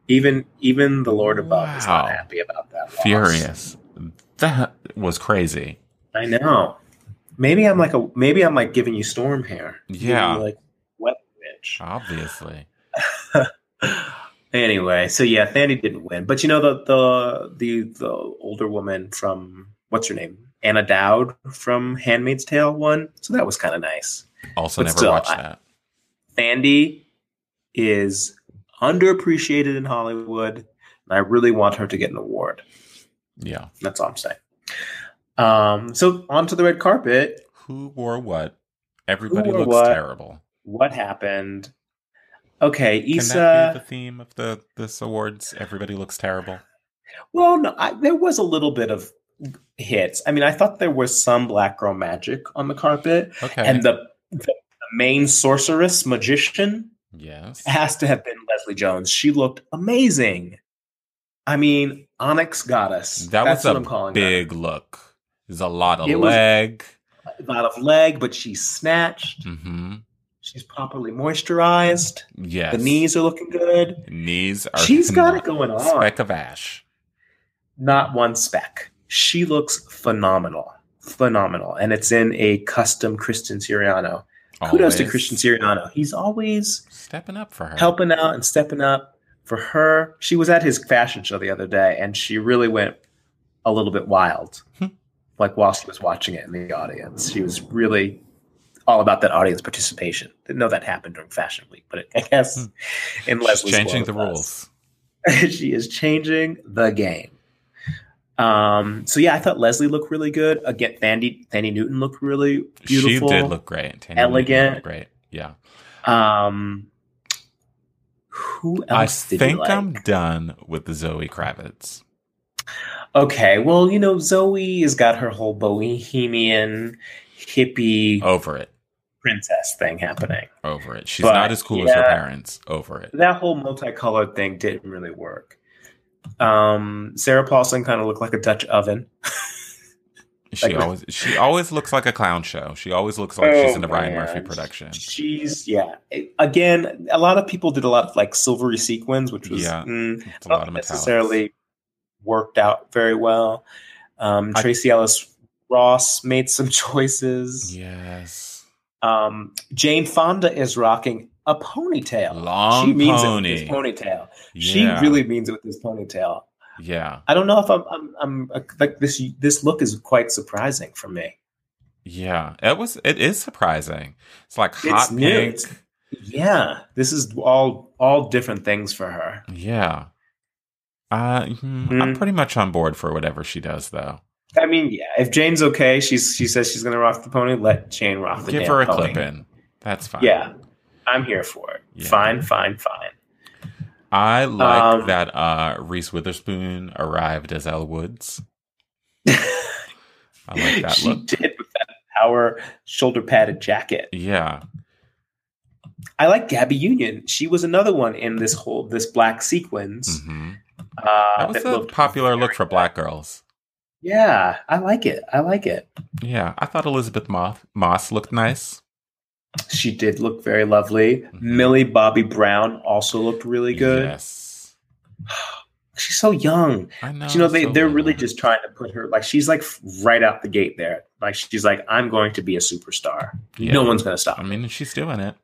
Even even the Lord above is Wow. not happy about that. loss. Furious. That was crazy. I know. Maybe I'm like a maybe I'm like giving you storm hair. Yeah. Giving you, like wet bitch. Obviously. Anyway, so yeah, Thandi didn't win, but you know the the the the older woman from what's her name Anna Dowd from Handmaid's Tale won, so that was kind of nice. Also But never still, watched I- that. Thandi is underappreciated in Hollywood, and I really want her to get an award. Yeah. That's all I'm saying. Um, so onto the red carpet. Who wore what? Everybody wore looks what? terrible. What happened? Okay, Can Issa. that be the theme of the this awards? Everybody looks terrible. Well, no, I, there was a little bit of hits. I mean, I thought there was some black girl magic on the carpet, Okay. and the, the main sorceress magician yes. has to have been Leslie Jones. She looked amazing. I mean, Onyx Goddess. That That's was what a I'm calling her. big look. There's a lot of It was- leg. A lot of leg, but she's snatched. Mm-hmm. She's properly moisturized. Yes. The knees are looking good. Knees are. She's got it not- going on. Speck of ash. not one speck. She looks phenomenal, phenomenal, and it's in a custom Christian Siriano. Kudos to Always Christian Siriano. He's always Stepping up for her. helping out and stepping up for her. She was at his fashion show the other day, and she really went a little bit wild, Hmm. like while she was watching it in the audience. She was really all about that audience participation. Didn't know that happened during Fashion Week, but I guess in Hmm. She's Leslie's changing world, the it does. rules. she is changing the game. Um, so yeah, I thought Leslie looked really good. Again, Thandi Thandi Newton looked really beautiful. She did look great. Tanya Newton looked elegant. Great. Yeah. Um, who I else did think you like? I'm done with the Zoe Kravitz. Okay, well, you know, Zoe has got her whole bohemian hippie Over it. princess thing happening. Over it. She's But, not as cool as her yeah. parents. Over it. That whole multicolored thing didn't really work. Um, Sarah Paulson kind of looked like a Dutch oven. She Like- always she always looks like a clown show. She always looks like she's in a Ryan Oh, man. Murphy production. She's yeah. It- again, a lot of people did a lot of like silvery sequins, which was Yeah. mm, It's a lot not of necessarily worked out very well. Um, I- Tracy Ellis Ross made some choices. Yes. Um, Jane Fonda is rocking a ponytail. Long she means pony. it with this ponytail. She Yeah. really means it with this ponytail. Yeah. I don't know if I'm, I'm, I'm uh, like this. This look is quite surprising for me. Yeah. It was it is surprising. It's like It's hot new. pink. It's- Yeah, this is all all different things for her. Yeah. Uh, hmm, I'm Mm. pretty much on board for whatever she does, though. I mean, yeah. If Jane's okay, she's she says she's gonna rock the pony. Let Jane rock the Give damn her a pony. clip in. That's fine. Yeah, I'm here for it. Yeah. Fine, fine, fine. I like Um, that uh, Reese Witherspoon arrived as Elle Woods. I like that she look. did with that power shoulder padded jacket. Yeah. I like Gabby Union. She was another one in this whole this black sequins. hmm Uh, That was that a looked- popular look very for black girls. yeah, I like it. I like it. Yeah. I thought Elizabeth Moth- Moss looked nice. She did look very lovely. Mhm. Millie Bobby Brown also looked really good. Yes. She's so young. I know. But, you know they, so they're little. really just trying to put her like she's like right out the gate there like she's like i'm going to be a superstar Yeah. no one's going to stop I me mean, she's doing it.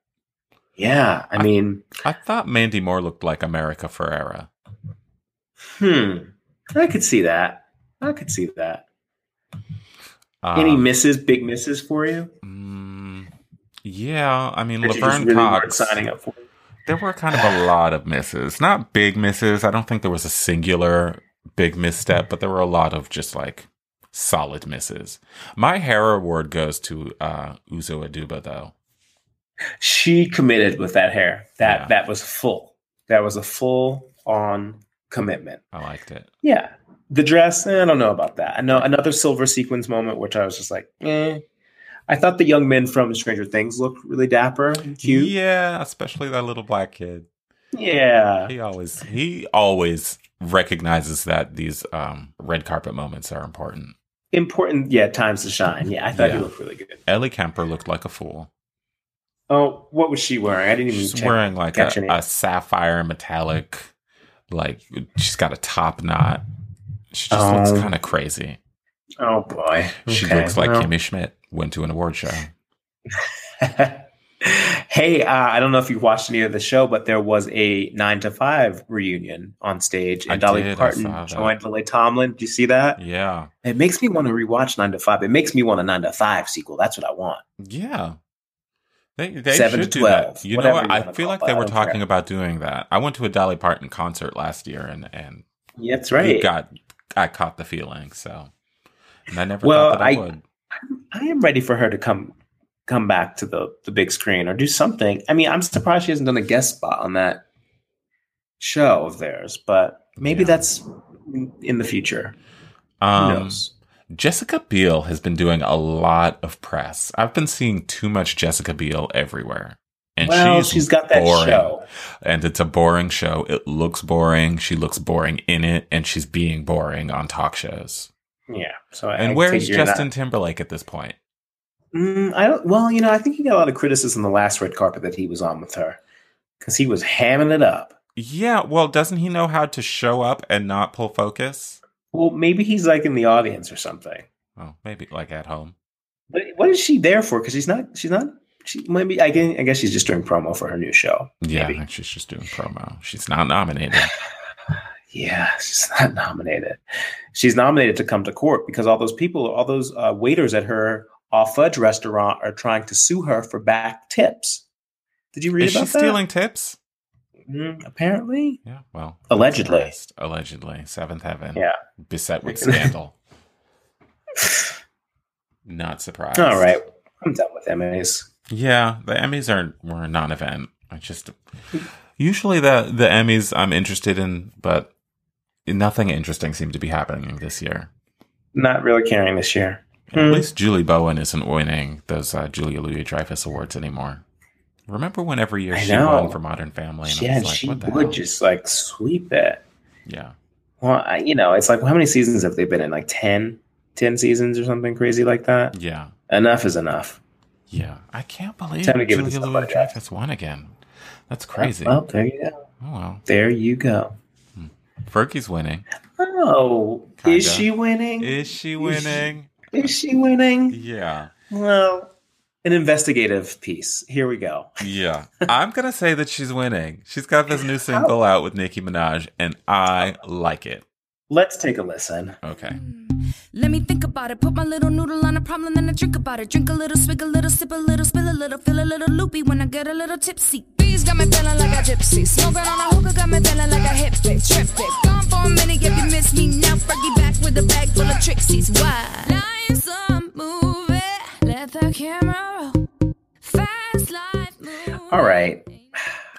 yeah i mean I thought Mandy Moore looked like America Ferrera. hmm i could see that i could see that Um, any misses big misses for you Mm, yeah, I mean that you just Laverne really weren't Cox. signing up for There were kind of a lot of misses, not big misses. I don't think there was a singular big misstep, but there were a lot of just like solid misses. My hair award goes to uh, Uzo Aduba, though. she committed with that hair that Yeah. that was full that was a full on commitment I liked it. yeah the dress eh, i don't know about that i know another silver sequins moment which i was just like eh. i thought the young men from stranger things looked really dapper and cute Yeah, especially that little black kid. Yeah. He always he always recognizes that these um, red carpet moments are important. Important, yeah, times to shine. Yeah, I thought Yeah. he looked really good. Ellie Kemper looked like a fool. Oh, what was she wearing? I didn't even She's check. wearing like a, catching it. a sapphire metallic Like she's got a top knot. She just Oh. looks kind of crazy. Oh boy. She Okay, looks like well. Kimmy Schmidt went to an award show. hey, uh, I don't know if you watched any of the show, but there was a nine to five reunion on stage, and I Dolly did, I saw Parton that. joined Lily Tomlin. Do you see that? Yeah, It makes me want to rewatch nine to five. It makes me want a nine to five sequel. That's what I want. yeah. They, they Seven should to do that. 12, You know whatever what? you I wanna feel call like it, they I were don't care. talking about doing that. I went to a Dolly Parton concert last year, and and Yeah, that's right. got I caught the feeling. So, and I never Well, thought that I, I- would. I am ready for her to come come back to the the big screen or do something. I mean, I'm surprised she hasn't done a guest spot on that show of theirs, but maybe Yeah. that's in- in the future. Who Um, knows? Jessica Biel has been doing a lot of press. I've been seeing too much Jessica Biel everywhere. And Well, she's, she's got that boring. show. And it's a boring show. It looks boring. She looks boring in it, and she's being boring on talk shows. Yeah. So And I where is figure that- Justin Timberlake at this point? Mm, I don't. Well, you know, I think he got a lot of criticism the last red carpet that he was on with her because he was hamming it up. Yeah, well, doesn't he know how to show up and not pull focus? Well, maybe he's like in the audience or something. Well, maybe like at home. But what is she there for? Because she's not. She's not. She maybe. I guess, I guess she's just doing promo for her new show. Yeah, I Maybe. think she's just doing promo. She's not nominated. Yeah, she's not nominated. She's nominated to come to court because all those people, all those uh, waiters at her off fudge restaurant are trying to sue her for back tips. Did you read is she about that? stealing tips? Mm, apparently, Yeah, well, allegedly. Christ, allegedly, seventh heaven. Yeah. beset with scandal. Not surprised. All right, I'm done with Emmys. Yeah, the Emmys are were a non-event. I just usually the the Emmys I'm interested in, but nothing interesting seemed to be happening this year. Not really caring this year. At Hmm. least Julie Bowen isn't winning those uh, Julia Louis Dreyfus awards anymore. Remember when every year I she know. won for Modern Family? She, yeah, was like, she what the would hell? just like sweep it. yeah. Well, I, you know, it's like well, how many seasons have they been in? Like 10? 10 seasons or something crazy like that. Yeah. Enough is enough. Yeah. I can't believe Time to give it to Julia Louis somebody else. Dreyfus won again. That's crazy. Well, there you go. Oh well. There you go. Fergie's winning. Oh, Kinda. is she winning? Is, Is she winning? she winning? Yeah. Well, an investigative piece. Here we go. Yeah. I'm going to say that she's winning. She's got this new single out with Nicki Minaj, and I like it. Let's take a listen. Okay. Mm. Let me think about it. Put my little noodle on a problem, then I drink about it. Drink a little, swig a little, sip a little, spill a little, feel a little loopy when I get a little tipsy. Bees got me feeling like a gypsy. Smoking on a hookah got me feeling like a hippie. Trippy. Gone for a minute, if you miss me. Now Fergie back with a bag full of tricksies. Why? Life's a movie. Let the camera roll. Fast life move. All right.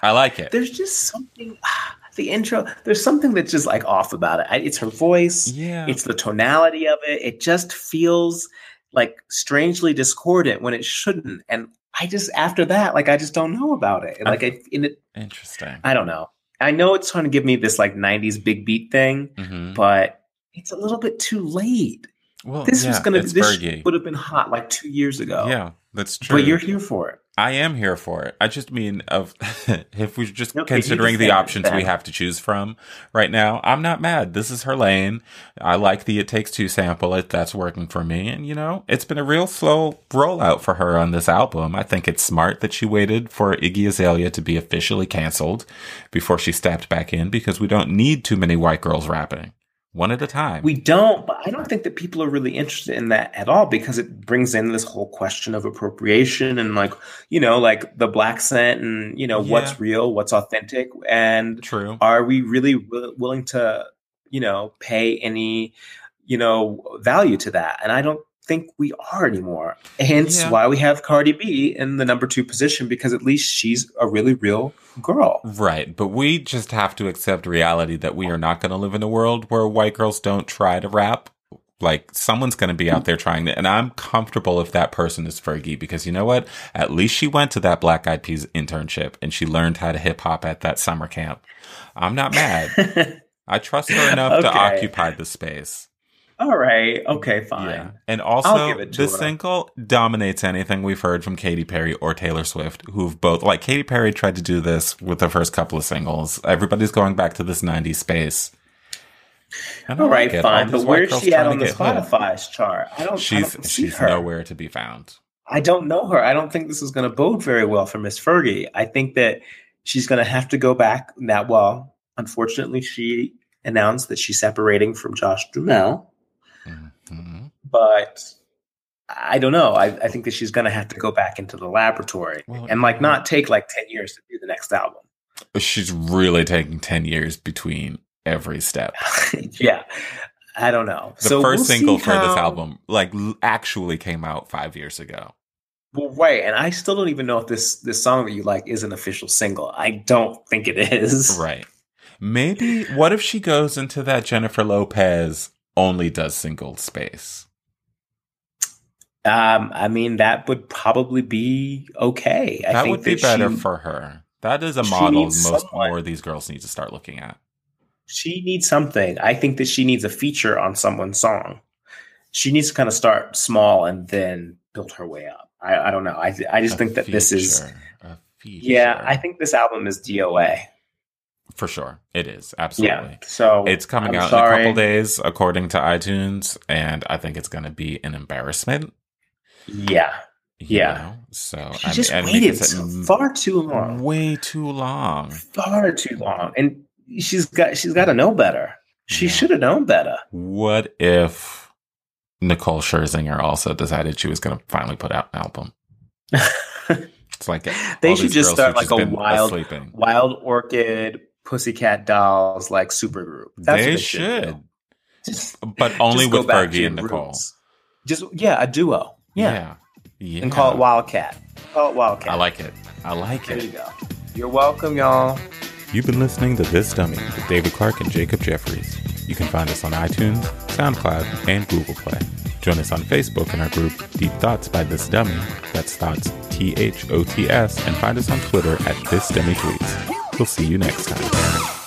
I like it. There's just something. ah, The intro, there's something that's just like off about it. I- It's her voice. Yeah. It's the tonality of it. It just feels like strangely discordant when it shouldn't. And I just after that, like I just don't know about it. Like I, in it, Interesting. I don't know. I know it's trying to give me this like '90s big beat thing, hmm but it's a little bit too late. Well, This was Oh, yeah, gonna it's this Fergie. would have been hot like two years ago. Yeah, that's true. but you're here for it. I am here for it. I just mean of if we're just Okay, you considering just the said options we that. have to choose from right now. I'm not mad. This is her lane. I like the "It Takes Two sample. It that's working for me. And you know, it's been a real slow rollout for her on this album. I think it's smart that she waited for Iggy Azalea to be officially canceled before she stepped back in because we don't need too many white girls rapping one at a time. We don't, but I don't think that people are really interested in that at all because it brings in this whole question of appropriation and like you know, like the black scent and you know Yeah. what's real, what's authentic, and true. are we really wi- willing to you know pay any you know value to that? And I don't think we are anymore. Hence Yeah. why we have Cardi B in the number two position because at least she's a really real girl. Right, but we just have to accept reality that we are not going to live in a world where white girls don't try to rap. Like someone's going to be out there trying to, and I'm comfortable if that person is Fergie because you know what? At least she went to that Black Eyed Peas internship and she learned how to hip hop at that summer camp. I'm not mad. I trust her enough to Okay. occupy the space. all right, okay, fine. Yeah. And I'll also, give it to this her. single dominates anything we've heard from Katy Perry or Taylor Swift, who've both, like, Katy Perry tried to do this with the first couple of singles. Everybody's going back to this 90s space. And I All right, like it. All fine. these white But where's girls she at trying on to the get hood. Spotify's chart? I don't. I She's don't see she's her. nowhere to be found. I don't know her. I don't think this is going to bode very well for Miss Fergie. I think that she's going to have to go back. Now, well, unfortunately, she announced that she's separating from Josh Dumel, Mhm. but I don't know. I, I think that she's going to have to go back into the laboratory Well, and like not take like ten years to do the next album. She's really taking 10 years between every step. yeah, I don't know. The 1st so we'll see single for how- this album, like, l- actually came out five years ago. Well, right, and I still don't even know if this this song that you like is an official single. I don't think it is. Right. Maybe what if she goes into that Jennifer Lopez only does single space? Um, I mean, that would probably be okay. I that think would be that better she, for her. That is a she model most needs someone. more of these girls need to start looking at. She needs something. I think that she needs a feature on someone's song. She needs to kind of start small and then build her way up. I, I don't know. I I just A think that this is feature, a feature. yeah. I think this album is DOA. for sure it is Yeah. absolutely. So It's coming I'm out in sorry. a couple days, according to iTunes, and I think it's going to be an embarrassment. Yeah, you Yeah. know? So she Oh, I mean, just and waited because so it- far too long. way too long. far too long, and she's got she's got to know better. She Yeah. should have known better. What if Nicole Scherzinger also decided she was going to finally put out an album? It's like They all should these girls just start who've like a been wild- sleeping. Wild Orchid, Pussycat Dolls, like supergroup. That's what they do. should, Just- but only just go with back to Fergie and your Nicole. roots. Just yeah, a duo. Yeah. yeah, and call it Wildcat. Call it Wildcat. I like it. I like There you it. go. You're welcome, y'all. You've been listening to This Dummy with David Clark and Jacob Jeffries. You can find us on iTunes, SoundCloud, and Google Play. Join us on Facebook in our group Deep Thoughts by This Dummy. That's Thoughts T H O T S, and find us on Twitter at This Dummy Tweets. We'll see you next time.